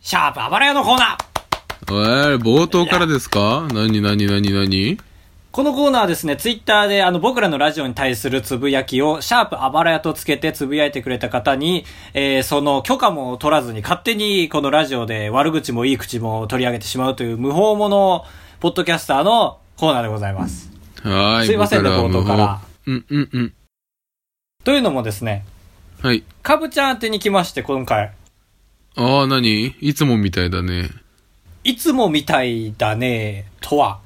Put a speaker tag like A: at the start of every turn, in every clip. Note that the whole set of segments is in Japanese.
A: シャープあばら屋のコーナー
B: えー、冒頭からですか何何何何
A: このコーナーはですね、ツイッターであの僕らのラジオに対するつぶやきを、シャープあばらやとつけてつぶやいてくれた方に、えーその許可も取らずに勝手にこのラジオで悪口もいい口も取り上げてしまうという無法者、ポッドキャスターのコーナーでございます。
B: はーい。
A: すいませんね
B: 僕らは
A: 冒頭から
B: 無法。うんうん
A: というのもですね、
B: うん。はい。
A: かぶちゃん宛てに来まして、今回。
B: ああ、何いつもみたいだね。
A: いつもみたいだね、とは。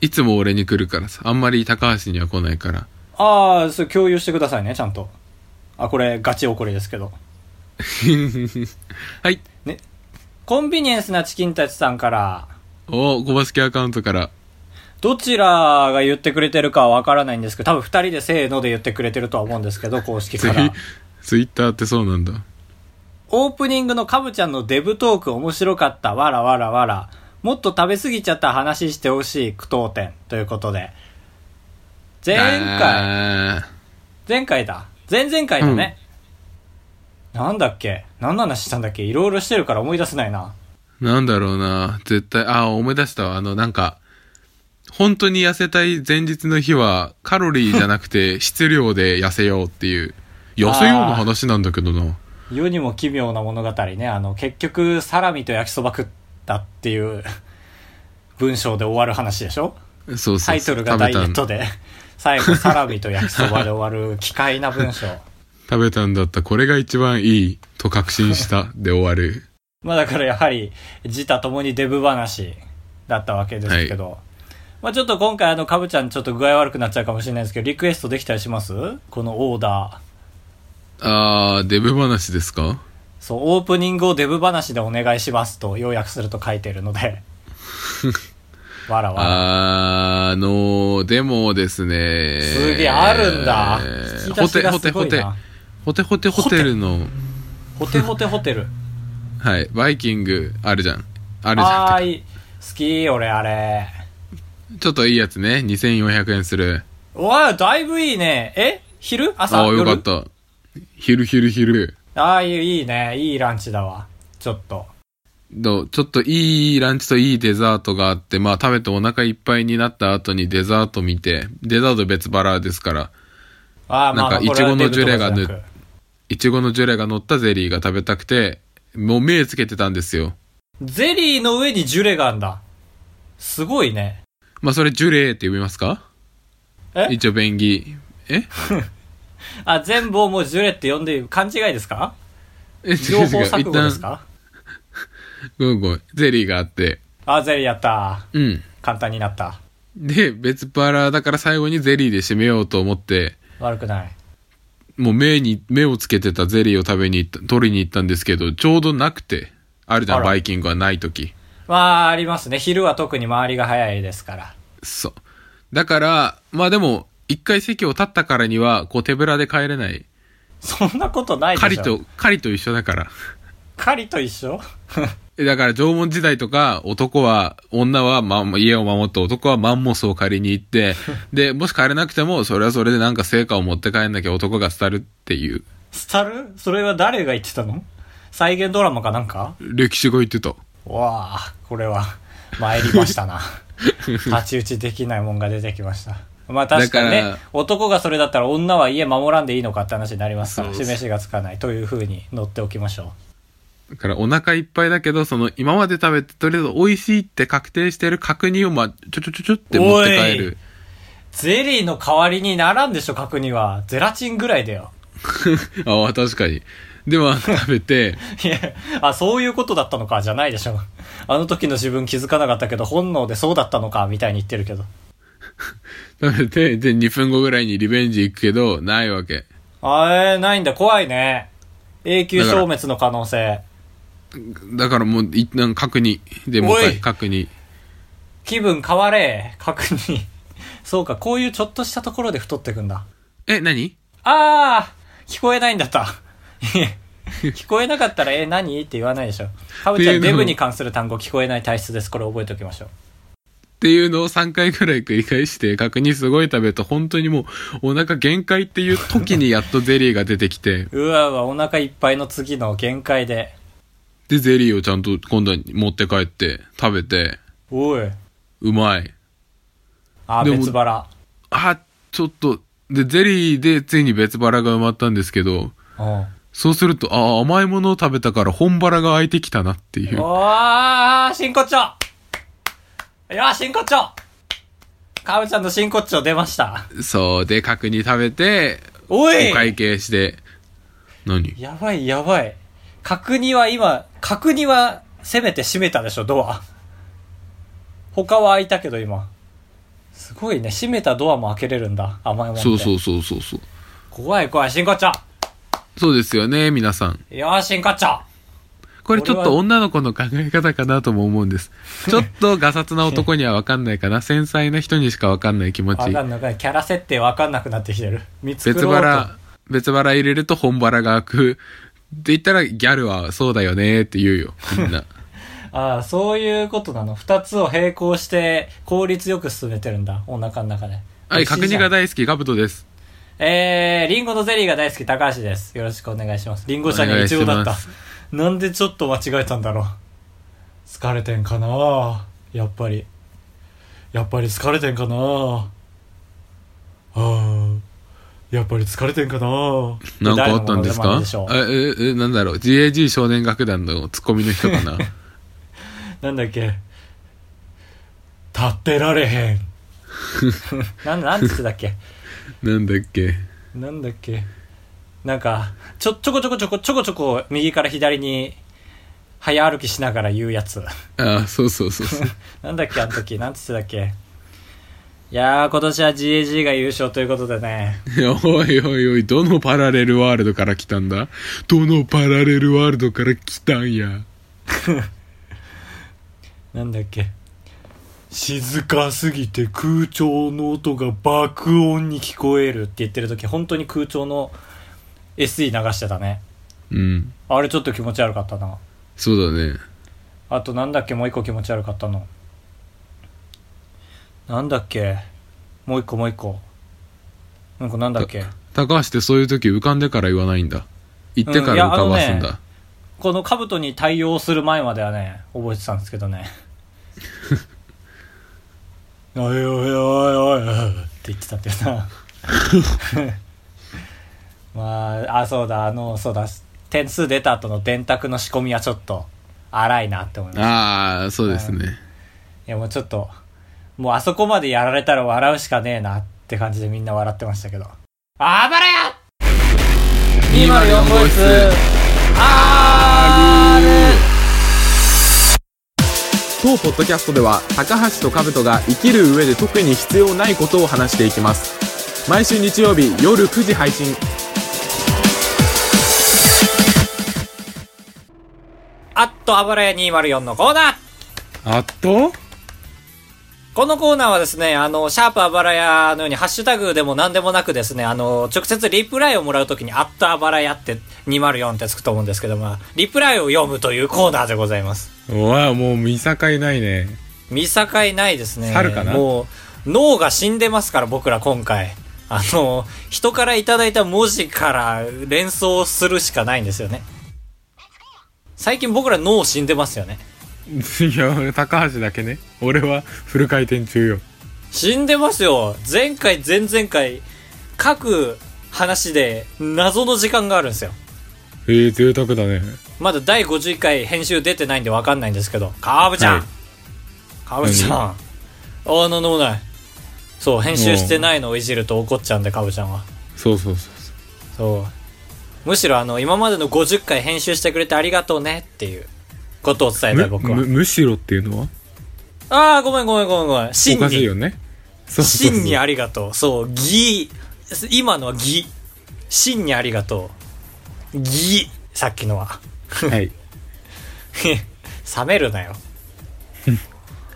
B: いつも俺に来るからさ。あんまり高橋には来ないから。
A: ああ、それ共有してくださいね、ちゃんと。あ、これガチ怒りですけど。
B: はい。
A: コンビニエンスなチキンたちさんから、
B: おー、小橋家アカウントから。
A: どちらが言ってくれてるかはわからないんですけど、多分二人でせーので言ってくれてるとは思うんですけど、公式
B: ツイ
A: から。
B: ツイッターってそうなんだ。
A: オープニングのカブちゃんのデブトーク面白かった、わらわらわら。もっと食べ過ぎちゃった話してほしい、苦闘点。ということで。前回、
B: 回。
A: 前回だ。前々回だね。なんだっけ何の話したんだっけいろいろしてるから思い出せないな。
B: なんだろうな。絶対、ああ、思い出したわ。あの、なんか、本当に痩せたい前日の日は、カロリーじゃな くて質量で痩せようっていう、痩せようの話なんだけどな。
A: 世にも奇妙な物語ね。あの、結局、サラミと焼きそば食ったっていう文章で終わる話でしょ
B: そうそうそ
A: タ
B: う
A: イトルがダイエッ
B: 食
A: ト
B: べ
A: で、最後サラミと焼きそばで終わる奇怪な文章。
B: たん。食べたんだった。これが一番いいと確信 した。で終わる。
A: まあだからやはり、自他ともにデブ話だったわけですけど。まあちょっと今回あの、かぶちゃんちょっと具合悪くなっちゃうかもしれないですけど、リクエストできたりしますこのオーダー。
B: ああ、デブ話ですか
A: そう、オープニングをデブ話でお願いしますと、要約すると書いてるので。わらわら。
B: あーのー、でもですね。
A: すげえ、あるんだ。引き出
B: ホ
A: し
B: テ、
A: が
B: ホ
A: す
B: テ、
A: ご
B: ホ
A: い
B: テ
A: な。。
B: ホテホテホテルの、
A: ホテホテホ テル。
B: はい、バイキング、あるじゃん。あるじゃん
A: は。ーい。好き、俺、あれ。
B: ちょっといいやつね。2400円する。
A: うわあ、だいぶいいね。え昼朝
B: ああ、
A: 夜
B: よかった。昼昼昼。
A: ああ、いいいいね。いいランチだわ。ちょっと。
B: どうちょっといいランチといいデザートがあって、まあ食べてお腹いっぱいになった後にデザート見て、デザート別腹ですから、
A: ああ、まあ、
B: なんか
A: これは
B: イチゴのジュレが
A: デブ
B: 塗
A: とかじゃなく
B: いちごのジュレが乗ったゼリーが食べたくて、もう目つけてたんですよ。
A: ゼリーの上にジュレがあんだ。すごいね。
B: まあそれジュレーって呼びますか
A: え
B: 一応便宜。え
A: あ、全部をもうジュレって呼んで、勘違いです か
B: え
A: 情報錯誤ですか
B: 一旦ごめんごめん。ゼリーがあって。
A: あー、ゼリーやった。
B: うん。
A: 簡単になった。
B: で、別腹だから最後にゼリーで締めようと思って、
A: 悪くない。
B: もう目に、目をつけてたゼリーを食べに行った、取りに行ったんですけど、ちょうどなくて。あるじゃ
A: あ
B: ん、
A: ら
B: バイキングはない時。
A: まあ、ありますね。昼は特に周りが早いですから。
B: そう。だから、まあでも、一回席を立ったからには、こう手ぶらで帰れない。
A: そんなことないでしょ。
B: 狩りと、狩りと一緒だから。
A: 狩りと一緒
B: えだから縄文時代とか、男は、女は、ま、家を守って、男はマンモスを借りに 行って、で、もし帰れなくても、それはそれでなんか成果を持って帰んなきゃ男が廃るっていう、
A: 伝わるそれは誰が言ってたの再現ドラマかなんか
B: 歴史が言ってた。
A: わあこれは参りました な太刀打ちできないもんが出てきましたまあ確かに
B: だ
A: ね
B: から
A: 男がそれだったら女は家守らんでいいのかって話になりますから
B: そうそう
A: 示しがつかないというふうに乗っておきましょ
B: だからお腹いっぱいだけど、その今まで食べて、とりあえず美味しいって確定してる確認を、まあ、ちょちょちょちょって持って帰る。
A: うゼリーの代わりにならんでしょ角にはゼラチンぐらいだよ
B: ああ、確かに。では、食べて、
A: いやあそういうことだったのかじゃないでしょあの時の自分気づかなかったけど本能でそうだったのかみたいに言ってるけど
B: 食べて、で、2分後ぐらいにリベンジ行くけど、ないわけ。
A: あえー、ないんだ怖いね永久消滅の可能性
B: だからもう、一旦確認。で、もう
A: おい
B: 一回確認。
A: 気分変われ確認 そうかこういうちょっとしたところで太ってくんだ
B: え、何
A: あー聞こえないんだった いえ聞こえなかったら「え何?」って言わないでしょかぶちゃ
B: っていうんの
A: デブに関する単語聞こえない体質ですこれ覚えておきましょう、
B: っていうのを3回ぐらい繰り返して、確認すごい食べると、本当にもう、お腹限界っていう時にやっとゼリーが出てきて
A: うわうわお腹いっぱいの次の限界で
B: で、ゼリーをちゃんと今度は持って帰って食べて、
A: おい。
B: うまい。
A: あ、
B: でも
A: 別腹。
B: あ、ちょっと、で、ゼリーでついに別腹が埋まったんですけど、
A: うん。
B: そうすると、ああ、甘いものを食べたから本腹が空いてきたなっていう。
A: おー、真骨頂いや、真骨頂かぶちゃんの真骨頂出ました。
B: そう、で、角に食べて、
A: おい
B: お会計して、何
A: やばいやばい。角煮は今、角煮はせめて閉めたでしょ、ドア。他は開いたけど今。すごいね、閉めたドアも開けれるんだ。甘いもんって
B: そうそうそうそうそう。
A: 怖い怖い、真骨頂
B: そうですよね、皆さん。
A: いやー、真骨頂
B: これちょっと女の子の考え方かなとも思うんです。ちょっとガサツな男にはわかんないかな。繊細な人にしかわかんない気持
A: わ
B: ち。
A: かんなくない。キャラ設定わかんなくなってきてる。見つ
B: 別腹、別腹入れると本腹が開く。って言ったらギャルはそうだよねって言うよ、みんな。
A: ああ、そういうことなの。二つを並行して効率よく進めてるんだ。お腹の中で。
B: はい、角煮が
A: 大
B: 大好き、ガブトです。
A: えー、リンゴのゼリーが大好き、高橋です。よろしくお願いします。リンゴ社にはイチゴだっ
B: お願
A: た
B: いし。
A: なんでちょっと間違えたんだろう。疲れてんかなやっぱり。やっぱり疲れてんかなああ。やっぱり疲れてんかな
B: なんかあったんです
A: 誰のものま
B: か
A: ねでしょう
B: え、え、え、なんだろう。GAG 少年楽団のツッコミの人 かな。
A: なんだっけ立ってられへん なんなんつってたっけ
B: なんだっけ。
A: なんだっけなんかちょちょこちょこちょこちょこちょこ右から左に早歩きしながら言うやつ
B: あ、そうそうそうそう。
A: なんだっけあの時なんつってたっけいやー今年は GAG が優勝ということでね
B: いやおいおいおい、どのパラレルワールドから来たんだどのパラレルワールドから来たんや。
A: なんだっけ静かすぎて空調の音が爆音に聞こえるって言ってる時本当に空調の SE 流してたね
B: うん。
A: あれちょっと気持ち悪かったな
B: そうだね。
A: あとなんだっけもう一個気持ち悪かったのなんだっけもう一個もう一個なんかなんだっけ
B: 高橋ってそういう時浮かんでから言わないんだ。言って
A: うん
B: か
A: いや
B: ら浮かばすん
A: あの
B: だ。
A: この兜に対応する前まではね覚えてたんですけどねおいおいおいおいおいって言ってたっていうなまああそうだあのそうだ点数出た後の電卓の仕込みはちょっと荒いなって思いました
B: ああ、そうですね。
A: いやもうちょっと、もうあそこまでやられたら笑うしかねえなって感じでみんな笑ってましたけど。あばらや !204 号室 R!
C: 当ポッドキャストでは高橋と兜が生きる上で特に必要ないことを話していきます毎週日曜日夜9時配信
A: あっと、あばらや204のコーナー
B: あっと
A: このコーナーはですね、あの、シャープあばらやのように、ハッシュタグでも何でもなくですね、あの、直接リプライをもらうときに、あっとあばらやって204ってつくと思うんですけど、まあ、リプライを読むというコーナーでございます。
B: うわ、もう見境ないね。
A: 見境ないですね。
B: 猿かな
A: もう、脳が死んでますから、僕ら今回。あの、人からいただいた文字から連想するしかないんですよね。最近僕ら脳死んでますよね。
B: いや、高橋だけね。俺はフル回転中よ。
A: 死んでますよ。前回、前々回、各話で謎の時間があるんですよ。
B: ええ贅沢だね。
A: まだ第51回編集出てないんでわかんないんですけど、カーブちゃ
B: は
A: ん
B: い
A: カーブちゃんああ、なんでもない。そう、編集してないのをいじると怒っちゃうんで、カーブちゃんは。
B: そうそうそうそ
A: そう。むしろあの、今までの50回編集してくれてありがとうねっていうことを伝えたい僕は。
B: むしろっていうのは
A: ああ、ごめんごめんごめんごめん。真に。
B: ね。そうそうそう
A: 真にありがとう。そう、ぎ、今のはぎ。真にありがとう。ぎ、さっきのは。
B: はい。
A: 冷めるなよ。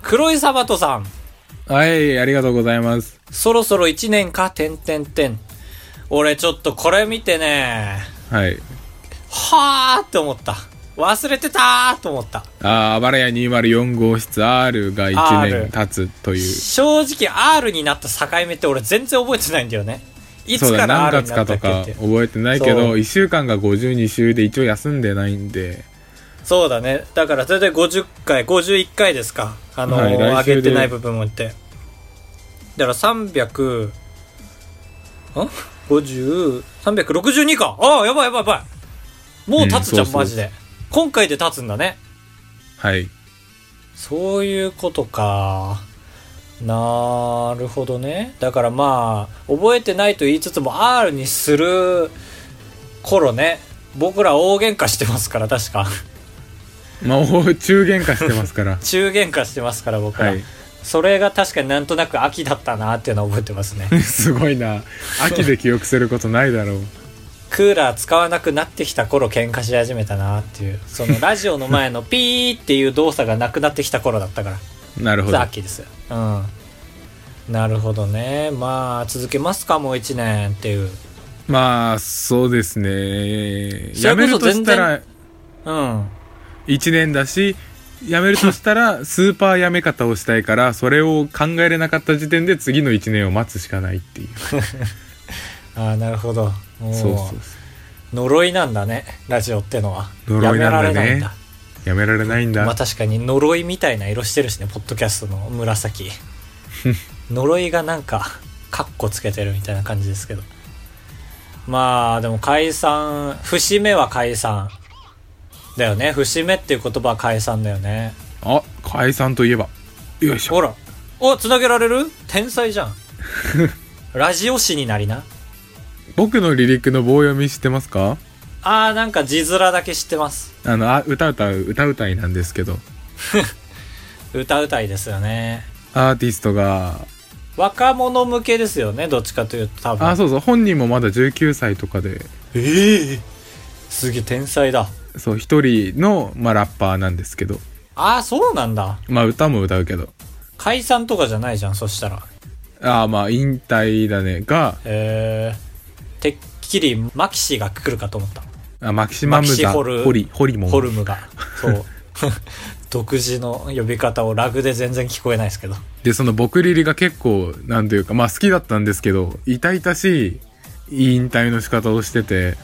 A: 黒いサバトさん。
B: はい、ありがとうございます。
A: そろそろ1年か、てんてんてん。俺ちょっとこれ見てね、
B: はい。
A: はーって思った。忘れてたーと思った。
B: あー、バラヤ204号室 R が1
A: R
B: 年経つという。
A: 正直 R になった境目って俺全然覚えてないんだよねい
B: そ
A: つ
B: う
A: か
B: だ、
A: ら
B: 何
A: R にな
B: 月か
A: った
B: と
A: っけっ
B: か
A: て
B: 覚えてないけ
A: そ
B: ど、
A: う
B: 1週間が52週で一応休んでないんで、
A: そうだね。だから、それで50回、51回ですか。あの、
B: はい来週で
A: 上げてない部分もって。だから、300、ん ?50、362か。ああ、やばいやばいやばい。もう経つじゃん、
B: うんそうそう
A: マジで。今回で経つんだね。
B: はい。
A: そういうことか。なるほどね。だからまあ、覚えてないと言いつつも R にする頃ね、僕ら大喧嘩してますから、確か。
B: まあ、お中喧嘩してますから。
A: 中喧嘩してますから、僕ら。
B: はい。
A: それが確かになんとなく秋だったなっていうのを覚えてます ね。
B: すごいな。秋で記憶することないだろう。
A: クーラー使わなくなってきた頃喧嘩し始めたなっていう。そのラジオの前のピーっていう動作がなくなってきた頃だったから。
B: なるほど
A: ザ。ッキーですうんなるほどねまあ続けますかもう1年っていう
B: まあ、そうです
A: それ
B: ね。
A: こそ
B: やめるとしたら
A: 全うん
B: 1年だし、やめるとしたらスーパーやめ方をしたいから、それを考えれなかった時点で次の1年を待つしかないっていう。
A: ああなるほどもう
B: そうそうそう。
A: 呪いなんだねラジオってのは
B: 呪いなんだ
A: やめら
B: ね
A: れないんだ
B: やめられないんだ。
A: まあ確かに呪いみたいな色してるしねポッドキャストの 紫呪いがなんかカッコつけてるみたいな感じですけどまあでも解散節目は解散だよね節目っていう言葉は解散だよね
B: あ、解散といえば。よいしょ。
A: ほら。お、つなげられる天才 じゃん。ラジオ誌になりな。
B: 僕のリリックの棒読み知ってますか
A: あー、なんか字面だけ知ってます。
B: あの、あ歌歌う、歌歌いなんですけど、
A: 歌うたいですよね。
B: アーティストが、
A: 若者向けですよね、どっちかというと多分。
B: あ、そうそう、本人もまだ19歳とかで、
A: ええすげえ天才だ。
B: そう、一人の、まあ、ラッパーなんですけど、
A: あー、そうなんだ。
B: まあ、歌も歌うけど、
A: 解散とかじゃないじゃん、そしたら。
B: ああ、まあ、引退だね、が、
A: えー、てっきりマキシが来るかと思った。
B: あマキシマム
A: マキシ
B: ザ、
A: ホル
B: ホリ、ホリモン。
A: ホルムが。そう。 独自の呼び方をラグで全然聞こえないですけど。
B: で、その僕リリが結構、なんというか、まあ、好きだったんですけど、痛々しい引退の仕方をしてて、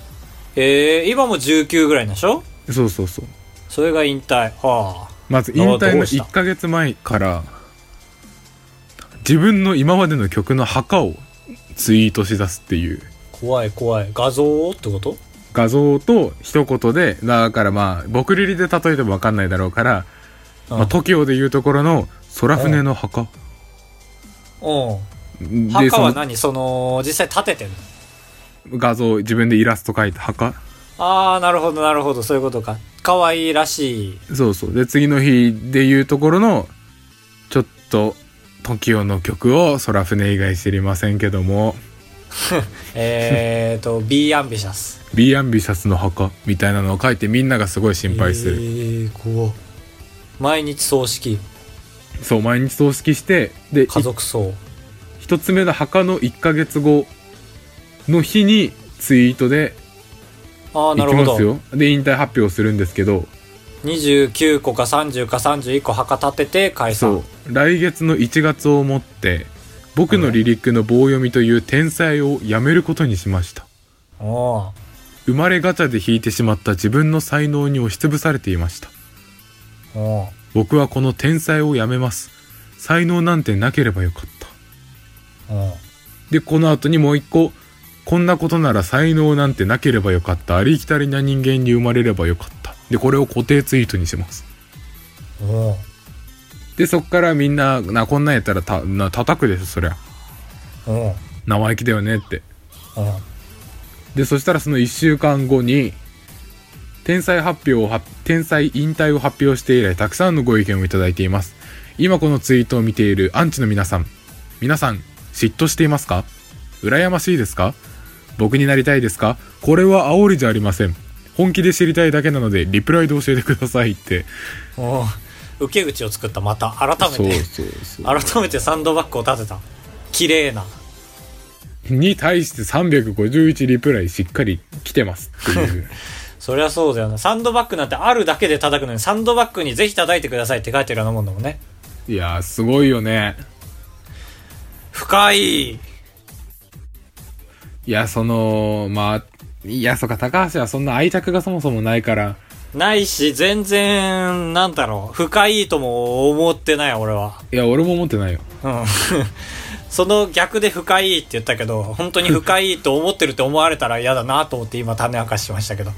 A: えー、今も19ぐらいなんでしょ
B: そうそうそう。
A: それが引退。はあ。
B: まず引
A: あ
B: 退
A: ど
B: の
A: うした
B: 1ヶ月前から自分の今までの曲の墓をツイートしだすっていう
A: 怖い怖い。画像をってこと
B: 画像と一言でだからまあ僕リリで例えても分かんないだろうから、
A: うん。
B: まあ、TOKIO でいうところの空船の墓
A: う
B: で
A: ん、墓は
B: その
A: 何その、実際建ててるの
B: 画像自分でイラスト描いた墓
A: ああ、なるほどなるほど。そういうことか。可愛いらしい。
B: そうそうで次の日でいうところのちょっと TOKIO の曲を空船以外知りませんけども
A: えーと、B アンビシャス。
B: 「b アンビシャスの墓」みたいなのを書いてみんながすごい心配する
A: え。ー、怖っ毎日葬式、
B: そう毎日葬式してでい
A: 家族葬。
B: 一つ目の墓の1ヶ月後の日にツイートで
A: ああ、な
B: 行
A: るほ
B: きます
A: ど。
B: よで引退発表するんですけど
A: 29個か30か31個墓建てて解散
B: そ。う来月の1月をもって僕のリリックの棒読みという天才をやめることにしました
A: おー
B: 生まれガチャで引いてしまった自分の才能に押しつぶされていました
A: おー
B: 僕はこの天才をやめます才能なんてなければよかった
A: おー
B: でこの後にもう一個こんなことなら才能なんてなければよかったありきたりな人間に生まれればよかったでこれを固定ツイートにします
A: おー
B: でそっからみんななこんなんやったらたな叩くでしょそりゃ
A: おー
B: 生意気だよねって
A: おー
B: でそしたらその1週間後に天才発表を発天才引退を発表して以来たくさんのご意見をいただいています今このツイートを見ているアンチの皆さん皆さん嫉妬していますか羨ましいですか僕になりたいですかこれは煽りじゃありません本気で知りたいだけなのでリプライで教えてくださいって
A: おー受け口を作った、また。改めて。
B: そうそ
A: 改めてサンドバッグを立てた綺麗な
B: うに対して351リプライしっかり来てますっていう
A: そりゃそうだよなサンドバッグなんてあるだけで叩くのにサンドバッグにぜひ叩いてくださいって書いてるようなもんだもんね
B: いやーすごいよね
A: 深い
B: いや、その、まあ、いや、そっか、高橋はそんな愛着がそもそもないから、
A: ないし、全然、なんだろう、深いとも思ってない、俺は。
B: いや、俺も思ってないよ。
A: うん。 その逆で深いって言ったけど、本当に深いと思ってるって思われたら嫌だなと思って今種明かししましたけど。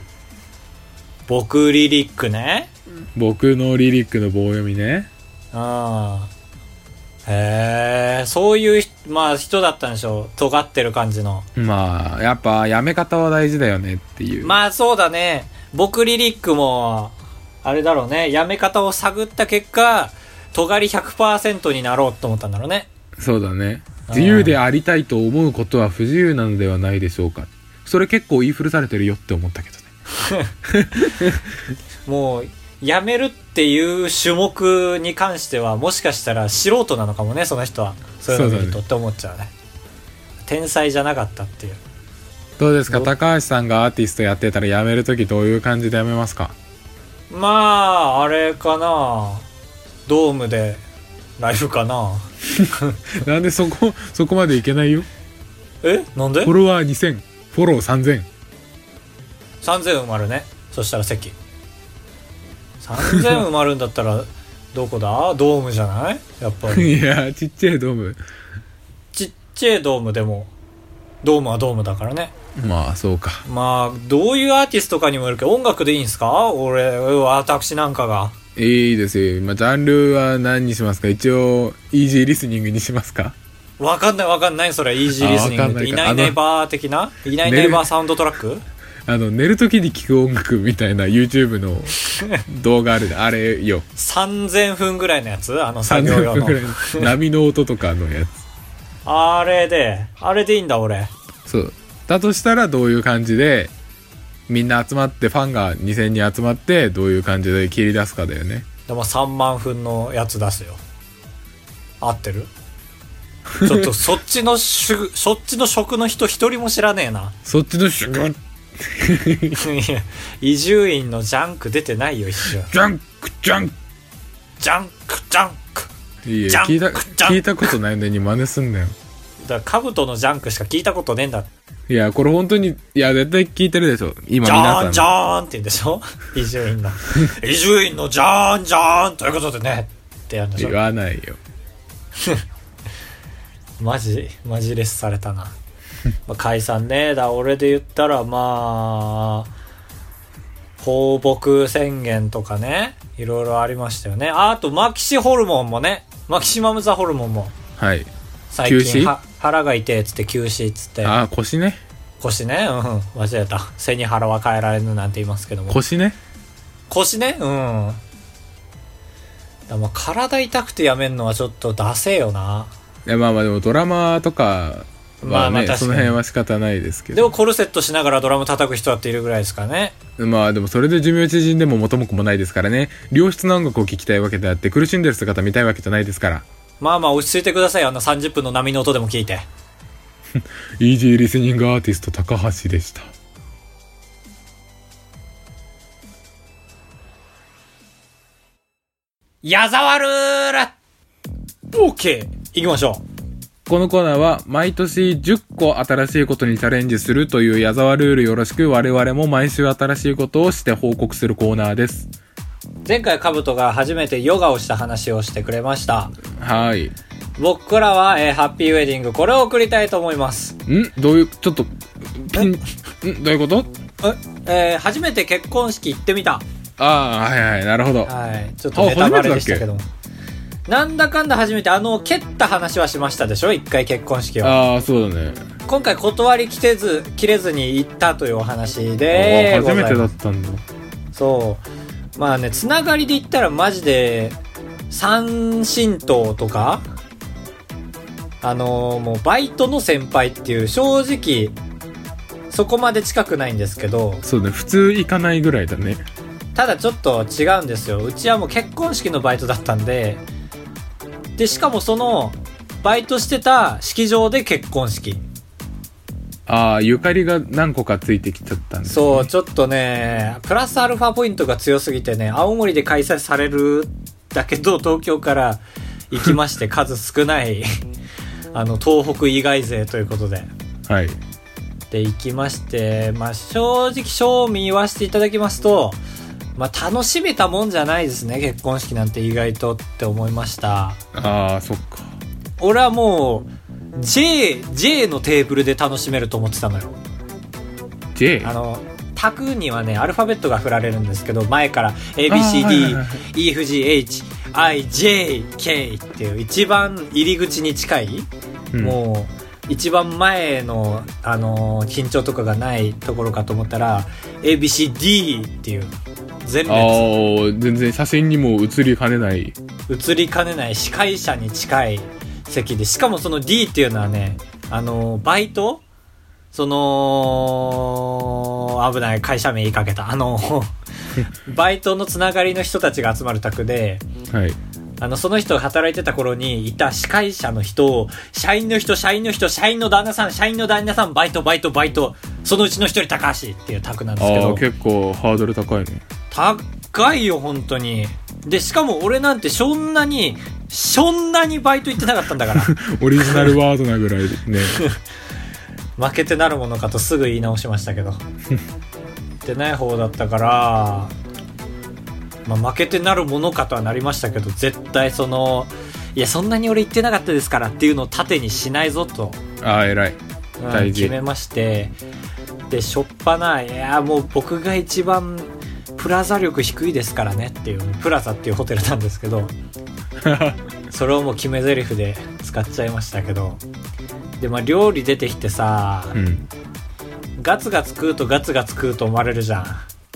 A: 僕リリックね。
B: 僕のリリックの棒読みね。
A: うん。へえ、そういうひ、まあ人だったんでしょう。尖ってる感じの。
B: まあ、やっぱ、やめ方は大事だよねっていう。
A: まあそうだね。僕リリックも、あれだろうね。やめ方を探った結果、尖り100%になろうと思ったんだろうね。
B: そうだね。自由でありたいと思うことは不自由なのではないでしょうか。それ結構言い古されてるよって思ったけどね。
A: もう、やめるっていう種目に関しては、もしかしたら素人なのかもね、その人は。そういうの見る
B: そうだ
A: とって思っちゃうね。天才じゃなかったっていう。
B: どうですか
A: ど
B: 高橋さんがアーティストやってたらやめるときどういう感じでやめますか
A: まあ、あれかな。ドームで、ライブかな。
B: なんでそこ、 そこまでいけないよ。
A: えなんで
B: フォロワー2000、フォロー3000。
A: ?3000 埋まるね。そしたら席。3000埋まるんだった ら、どこだドームじゃないやっぱり。
B: いやちっちゃいドーム。
A: ちっちゃいドームでも、ドームはドームだからね。
B: まあ、そうか。
A: まあ、どういうアーティストかにもよるけど、音楽でいいんすか俺、私なんかが。
B: いいですよ。まあ、ジャンルは何にしますか一応、イージーリスニングにしますか
A: わかんないわかんない、それ。イージーリスニ
B: あわ
A: ン
B: か
A: グって。
B: んない
A: い
B: か
A: ないネイバー的ないないネイバーサウンドトラック
B: あの、寝るときに聴く音楽みたいな YouTube の動画あるで、あれよ。
A: ?3000 分ぐらいのやつあの 作業
B: 30
A: 用
B: 分
A: の
B: く。らいの波の音とかのや
A: あれで、あれでいいんだ、俺。
B: つ。そう。だとしたらどういう感じで、みんな集まって、ファンが2000人集まって、どういう感じで切り出すかだよね。
A: でも3万分のやつ出すよ。合ってる ちょっとそっちの主、そっちの職の人一人も知らねえな。
B: そっちのシュッ
A: いや伊集院のジャンク出てないよ、一瞬。
B: ジャンクジャンク
A: ジャンク、ジャンク。
B: いいえ
A: ジャンク
B: 聞いた、
A: ジャンク
B: 聞いたことないのに真似すんなよ。
A: だから、カブトのジャンクしか聞いたことねえんだ。
B: いや、これ本当に、いや、絶対聞いてるでしょ。今
A: じ
B: 皆
A: ゃー
B: さん。
A: ん、じゃーんって言うんでしょ伊集院の。 伊集院のじゃーん、じゃーんということでね。ってやるんでし
B: 言
A: ょ
B: わないよ。
A: マジ、マジレスされたな。まあ、解散ね。だから俺で言ったら、まあ、放牧宣言とかね。いろいろありましたよね。ああと、マキシホルモンもね。マキシマムザホルモンも。
B: はい。
A: 最
B: 休
A: 近
B: 止
A: は腹が痛えっつって休止っつって
B: あー、腰ね。
A: 腰ねうん忘れた背に腹は変えられぬなんて言いますけども
B: 腰ね。
A: 腰ねうんだまあ体痛くてやめんのはちょっとダセえよない
B: や、まあまあでもドラマとか
A: ま
B: は
A: あまあ確
B: ね、
A: かに
B: その辺は仕方ないですけ
A: で
B: ど。
A: もコルセットしながらドラム叩く人だっているぐらいですかね
B: まあでもそれで寿命縮んでも元も子もないですからね。良質な音楽を聴きたいわけであって、苦しんでる姿見たいわけじゃないですから。
A: まあまあ落ち着いてくださいあんな30分の波の音でも聞いて
B: イージーリスニングアーティスト高橋でした。
A: 矢沢ルーラ OK 行きましょう
B: このコーナーは毎年10個新しいことにチャレンジするという矢沢ルールよろしく我々も毎週新しいことをして報告するコーナーです。
A: 前回カブトが初めてヨガをした話をしてくれました
B: はい。ん
A: 僕らは、えーハッピーウェディングこれを送りたいと思います
B: どういう、ちょっと、ピン、んどういうこと
A: ええー初めて結婚式行ってみた。
B: ああ、はいはい、なるほど。
A: はい。ちょっとネタバレでしたけども。なんだかんだ初めて、あの、蹴った話はしましたでしょ一回結婚式は。
B: ああ、そうだね。
A: 今回断りきれず、切れずに行ったというお話で
B: あ。ー初めて
A: ござい
B: だ
A: ま
B: っ
A: す
B: たんだ。
A: そう。まあね、つながりで言ったらマジで、三神党とか、あのーもうバイトの先輩っていう、正直、そこまで近くないんですけど、
B: そうね、普通行かないぐらいだね。
A: ただちょっと違うんですようちはもう結婚式のバイトだったんででしかもそのバイトしてた式場で結婚式
B: ああ、ゆかりが何個かついてきちゃったんだ、ね。
A: そうちょっとねプラスアルファポイントが強すぎてね青森で開催されるだけど東京から行きまして数少ないあの東北以外勢ということで
B: はい。
A: で行きましてまあ正直賞味言わせていただきますとまあ楽しめたもんじゃないですね、結婚式なんて意外とって思いました。
B: ああ、そっか。
A: 俺はもう、J、J のテーブルで楽しめると思ってたのよ。
B: J?
A: あの、卓にはね、アルファベットが振られるんですけど、前から
B: あーはいはいはい
A: ABCD、EFGH、IJ、K っていう一番入り口に近い、
B: うん
A: もう、一番前の、あのー緊張とかがないところかと思ったら、ABCD っていう、前列、
B: あー全然車線にも映りかねない。
A: 映りかねない司会者に近い席で、しかもその D っていうのはね、あのーバイトその、危ない、会社名言いかけた。あ のーバイトのつながりの人たちが集まる宅で、
B: はい。
A: あの、その人が働いてた頃にいた司会者の人、社員の人、社員の人、社員の旦那さん、社員の旦那さん、バイト、バイト、バイト、そのうちの一人、高橋っていうタクなんですけ
B: ああ、
A: ど、
B: 結構ハードル高いね。
A: 高いよ、本当に。で、しかも俺なんてそんなに、そんなにバイト行ってなかったんだ から、
B: オリジナルワードなぐらいで ね。
A: 負けてなるものかとすぐ言い直しましたけど。でない方だったから、まあ、負けてなるものかとはなりましたけど、絶対その、いや、そんなに俺言ってなかったですからっていうのを盾にしないぞと。
B: ああ、偉い。
A: うん
B: 大事
A: 決めましてでしょっぱないやもう僕が一番プラザ力低いですからねっていうプラザっていうホテルなんですけどそれをもう決め台詞で使っちゃいましたけどでまあ料理出てきてさ、
B: うん。
A: ガツガツ食うとガツガツ食うと思われるじゃん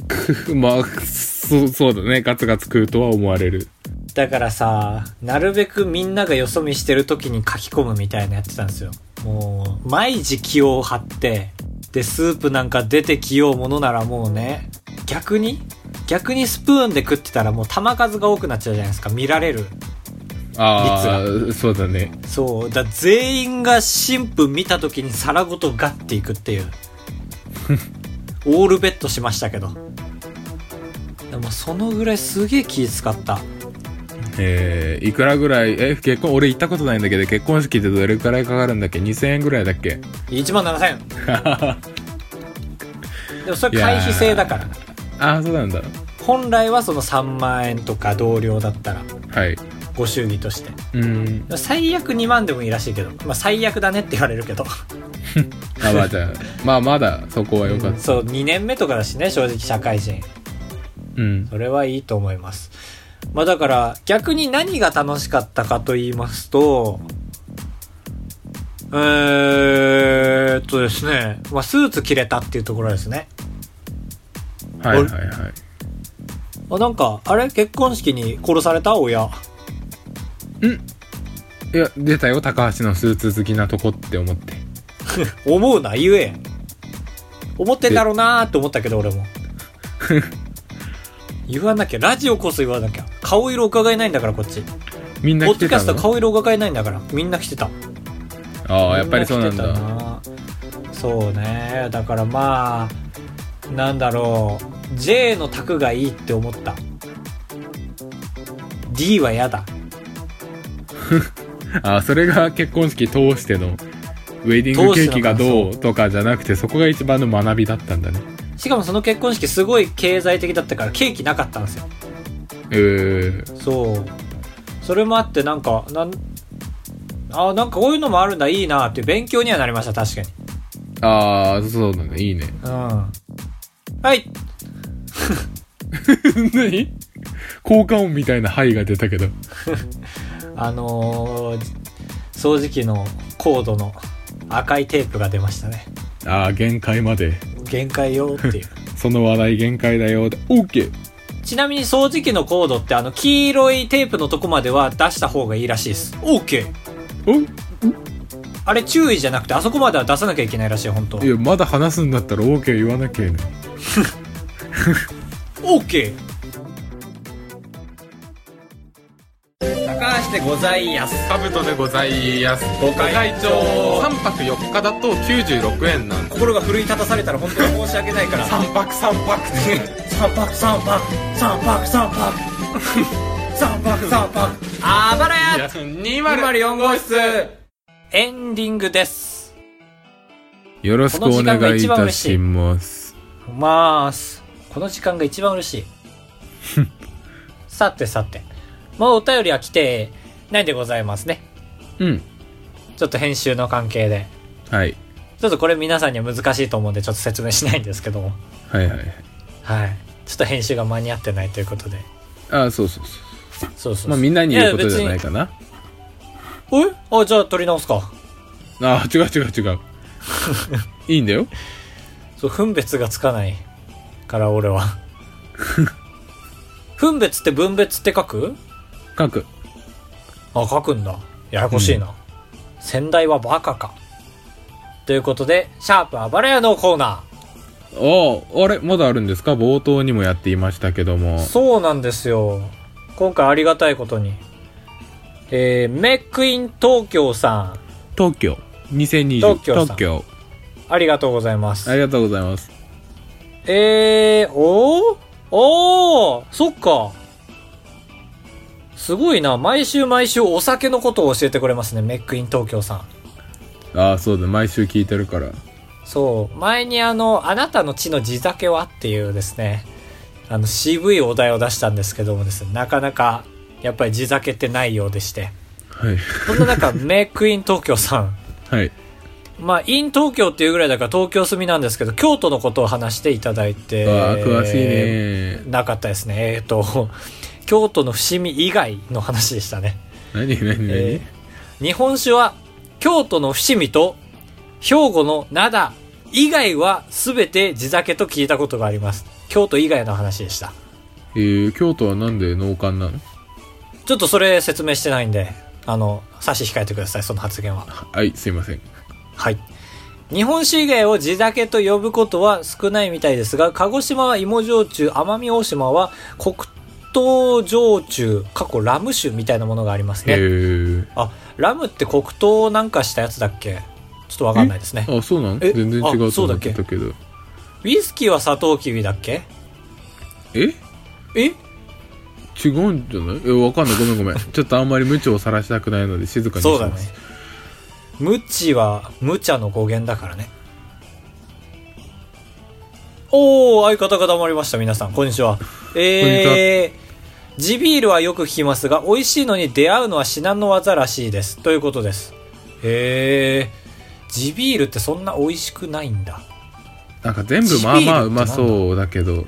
B: まあ、そ、そうだね。ガツガツ食うとは思われる。
A: だからさなるべくみんながよそ見してる時に書き込むみたいなやってたんですよもう毎時気を張ってでスープなんか出てきようものならもうね逆に逆にスプーンで食ってたらもう玉数が多くなっちゃうじゃないですか見られる
B: ああ、そうだね。
A: そうだ全員が新婦見た時に皿ごとガッていくっていう オールベットしましたけどでもそのぐらいすげえ気使った
B: えー、いくらぐらい、え、結婚、俺行ったことないんだけど、結婚式ってどれくらいかかるんだっけ ?2000 円ぐらいだっけ
A: 1万7000でもそれ会費制だから
B: ああ、そうなんだ。
A: 本来はその3万円とか同僚だったら
B: はい。
A: ご祝儀として
B: うん。
A: 最悪2万でもいいらしいけど、まあ、最悪だねって言われるけど
B: あ、まあ、じゃあ、 まあ、まだ、そこは良かった。
A: そう2年目とかだしね正直社会人
B: うん。
A: それはいいと思いますまあだから逆に何が楽しかったかと言いますとえーっとですね、まあ、スーツ着れたっていうところですね
B: はいはいはい。
A: あなんかあれ結婚式に殺された親
B: いや、出たよ、高橋のスーツ好きなとこって思って。
A: 思うな言え思ってんだろうなーって思ったけど 俺も言わなきゃラジオこそ言わなきゃ顔色伺えないんだからこっちポ
B: みんな
A: ッ
B: 来
A: ド
B: て
A: キャ
B: た
A: スト
B: の
A: 顔色伺えないんだからみんな来てた
B: ああ、やっぱりそうなん
A: み
B: だ。
A: な来てたなそうねだからまあなんだろう J の卓がいいって思った D は嫌だ
B: ああ、それが結婚式通しての、ウェディングケーキがどうとかじゃなくて、そこが一番の学びだったんだね。
A: しかもその結婚式すごい経済的だったからケーキなかったんですよ
B: うー。
A: そうそれもあってなんかなんあなんかこういうのもあるんだいいなっていう勉強にはなりました確かに
B: ああ、そうだね。いいね。
A: うんはい
B: 何効果音みたいな範囲が出たけど。
A: あのー掃除機のコードの赤いテープが出ましたね
B: ああ、限界まで。
A: 限界よっていう
B: その話題限界だよ。オーケー
A: ちなみに掃除機のコードってあの黄色いテープのとこまでは出した方がいいらしいです OK
B: お
A: あれ注意じゃなくてあそこまでは出さなきゃいけないらしい本当
B: いや、まだ話すんだったらオーケー言わなきゃいいの。
A: OK 高橋でございやす
D: カブトでございますご
A: 会長
D: 3泊4日だと96円なんで
A: 心が奮い立たされたら本当に申し訳ないから
D: 3泊3泊で
A: 三泊三泊三泊三泊 三泊三泊あばらや
D: 204号室
A: エンディングです
B: よろしくお願いいたします。
A: まあすこの時間が一番嬉しいさてさて。もうお便りは来てないでございますね。
B: うん。
A: ちょっと編集の関係で。
B: はい。
A: ちょっとこれ皆さんには難しいと思うんでちょっと説明しないんですけども。
B: はいはいはい。
A: はい。ちょっと編集が間に合ってないということで。
B: ああ、そうそうそ。
A: そうそうそうう。
B: まあみんなに言うことじゃないかな。
A: や。別にえあ、じゃあ撮り直すか。
B: ああ、違う違う 違う。いいんだよ。
A: そう、分別がつかないから俺 は。分別って分別って書く
B: 書く。
A: あ、書くんだ。ややこしいな。先代はバカか。ということで、シャープあばら屋のコーナ
B: ああ、あれまだあるんですか冒頭にもやっていましたけども
A: ー。。そうなんですよ。今回ありがたいことに。えー、メックイン東京さん、
B: 東京。2020。
A: 東京さん
B: 東京。
A: ありがとうございます。
B: ありがとうございます。
A: えー、おーおーそっか。すごいな。毎週毎週お酒のことを教えてくれますね。メックイン東京さん。
B: ああ、そうだ。毎週聞いて るから。
A: そう。前にあの、あなたの地の地酒はっていうですね、あの、渋いお題を出したんですけどもですね、なかなか、やっぱり地酒ってないようでして。
B: はい。
A: そんな 中、メイクイン東京さん。
B: はい。
A: まあ、イン東京っていうぐらいだから東京住みなんですけど、京都のことを話していただいて。
B: ああ、詳しい。ね。
A: なかったですね。えっ、と、京都の伏見以外の話でしたね。
B: 何何何、
A: えー日本酒は京都の伏見と兵庫の灘以外は全て地酒と聞いたことがあります京都以外の話でした
B: えー京都はなんで農館なの
A: ちょっとそれ説明してないんであの差し控えてくださいその発言は
B: はい、すいません。
A: はい日本酒以外を地酒と呼ぶことは少ないみたいですが鹿児島は芋焼酎奄美大島は黒糖焼酎過去ラム酒みたいなものがありますね
B: えー、
A: あラムって黒糖なんかしたやつだっけちょっとわかんないですね
B: あ、そうなの
A: え
B: 全然違う
A: あ
B: と
A: そうだ
B: 思っ
A: っけ
B: てたけど。
A: ウィスキーはサトウキビだっけ
B: え
A: え
B: 違うんじゃないえ、わかんない。ごめんごめん。 ちょっとあんまり無知をさらしたくないので静かにし
A: そうだ
B: ま
A: ね
B: す。。
A: 無知は無茶の語源だからね。おー、相方が黙りました、皆さん。こんにちは。えー、地ビールはよく聞きますが、美味しいのに出会うのは至難の技らしいです。ということです。へー、地ビールってそんな美味しくないんだ。
B: なんか全部ま
A: 地ビール
B: あまあ
A: って
B: うまそうだけど。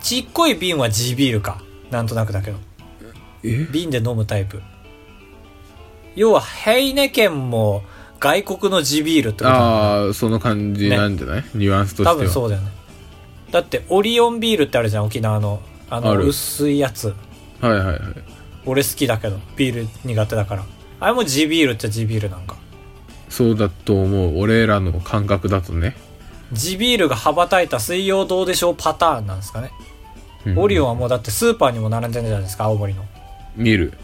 A: ちっこい瓶は地ビールか。なんとなくだけど。
B: え
A: 瓶で飲むタイプ。要は、ヘイネケンも外国の地ビールってことなんだ
B: ああ、その感じなんじゃない、ニュアンスとしては。
A: 多分そうだよねだってオリオンビールってあるじゃん沖縄のあの
B: ある
A: 薄いやつ
B: はいはいはい。
A: 俺好きだけどビール苦手だからあれも地ビールっちゃ地ビールなんか
B: そうだと思う。俺らの感覚だとね。
A: 地ビールが羽ばたいた水曜どうでしょうパターンなんですかね、
B: うん
A: オリオンはもうだってスーパーにも並んでるじゃないですか青森の
B: 見る。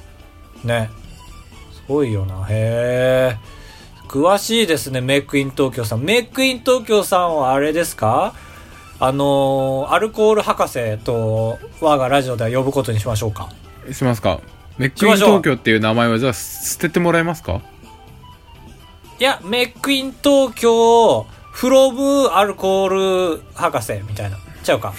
A: ねすごいよなへえ詳しいですねメイクイン東京さんメイクイン東京さんはあれですかあのーアルコール博士と我がラジオでは呼ぶことにしましょうか
B: しますか。メック
A: し
B: イン
A: ましょう
B: 東京っていう名前はじゃあ捨ててもらえます か
A: いや、メックイン東京、フロムアルコール博士みたいな。ちゃうか。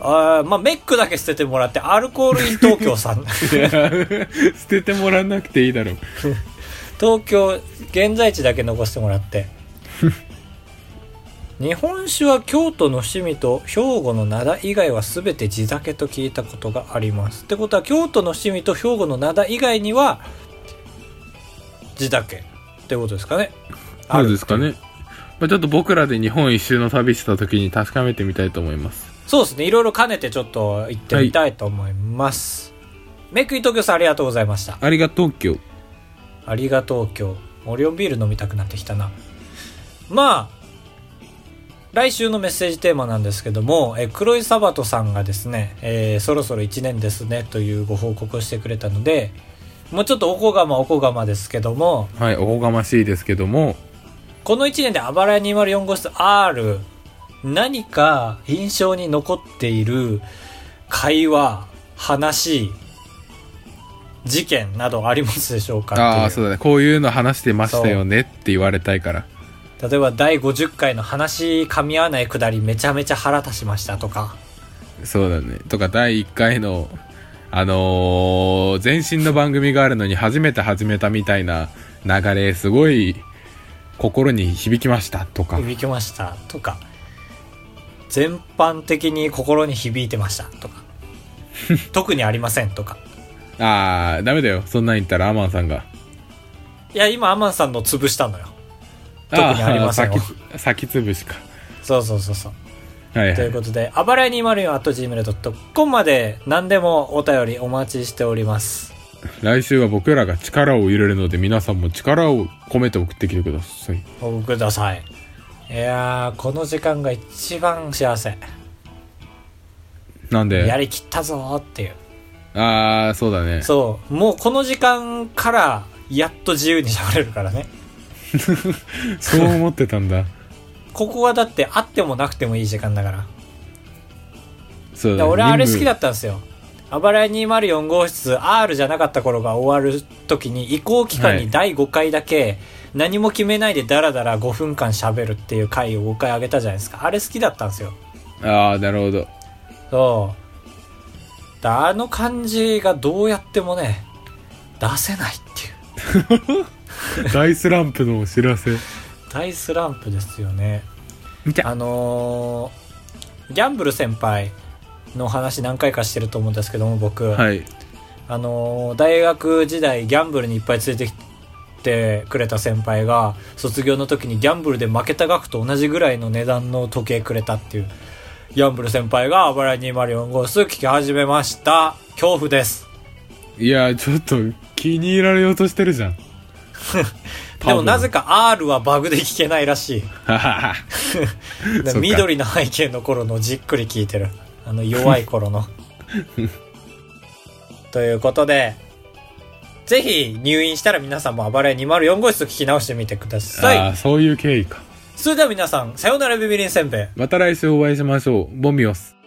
A: あーまあ、メックだけ捨ててもらって、アルコールイン東京さん。
B: いや捨ててもらわなくていいだろう。
A: 東京、現在地だけ残してもら って。日本酒は京都の伏見と兵庫の灘以外は全て地酒と聞いたことがあります。ってことは、京都の伏見と兵庫の灘以外には、地酒ってことですかね。あ
B: そ
A: る
B: うですかね。まあ、ちょっと僕らで日本一周の旅した時に確かめてみたいと思います。
A: そうですね。いろいろ兼ねてちょっと行ってみたいと思います。メイクイン東京さんありがとうございました。
B: ありがとう今日。
A: ありがとう今日。オリオンビール飲みたくなってきたな。まあ、来週のメッセージテーマなんですけども、えー黒井サバトさんがですね、えーそろそろ1年ですねというご報告をしてくれたので、もうちょっとおこがまおこがまですけども、
B: はい、おこがましいですけども、
A: この1年であばらや204号室 R、何か印象に残っている会話、話、事件などありますでしょうか
B: あ
A: っ
B: あー、
A: てい
B: そうだね。こういうの話してましたよねって言われたいから。
A: う例えば第50回の話噛み合わないくだりめちゃめちゃ腹立ちましたとか、
B: そうだね。とか、第1回の、あのー前身の番組があるのに初めて始めたみたいな流れ、すごい心に響きましたとか。
A: 響きましたとか全般的に心に響いてましたとか特にありませんとか
B: あー、ダメだよ。そんなん言ったらアマンさんが。
A: いや今アマンさんの潰したのよ特
B: あ
A: にありませんよ
B: ー先、先潰しか。
A: そうそうそうそう
B: はい、
A: と
B: は
A: いうことで、あばらい 204.gmail.com まで何でもお便りお待ちしております。
B: い。来週は僕らが力を入れるので、皆さんも力を込めて送ってきてください。
A: お送りください。いやー、この時間が一番幸せ。
B: なん
A: や
B: で、
A: りきったぞーっていう。
B: あー、そうだ ね。
A: そう、もうこの時間からやっと自由に喋れるからね。
B: そう思ってたんだ。
A: ここはだってあってもなくてもいい時間だから。
B: そう
A: で
B: だね。
A: 俺あれ
B: 任
A: 好
B: 務
A: きだったんですよ。あばらい204号室 R じゃなかった頃が終わる時に移行期間
B: は
A: に
B: い
A: 第5回だけ何も決めないでダラダラ5分間喋るっていう回を5回あげたじゃないですか。あれ好きだったんですよ。
B: ああ、なるほ ど。
A: そう。だあの感じがどうやってもね、出せないっていう。
B: 大スランプのお知らせ。
A: 大スランプですよね。
B: 見て
A: あのーギャンブル先輩の話何回かしてると思うんですけども、僕。
B: はい。
A: あのー大学時代ギャンブルにいっぱい連れてきてくれた先輩が卒業の時にギャンブルで負けた額と同じぐらいの値段の時計くれたっていうギャンブル先輩が「あばら204号室」聞き始めました恐怖です
B: いや、ちょっと気に入られようとしてるじゃん。
A: でもなぜか R はバグで聞けないらし
B: ははは。
A: いで
B: そっか
A: 緑の背景の頃のじっくり聞いてるあの弱い頃 のということでぜひ入院したら皆さんもあばら204号室聞き直してみてください
B: ああ、そういう経緯か。
A: それでは皆さん、さようならビビリンせんべい。
B: また来週お会いしましょう。ボミオス。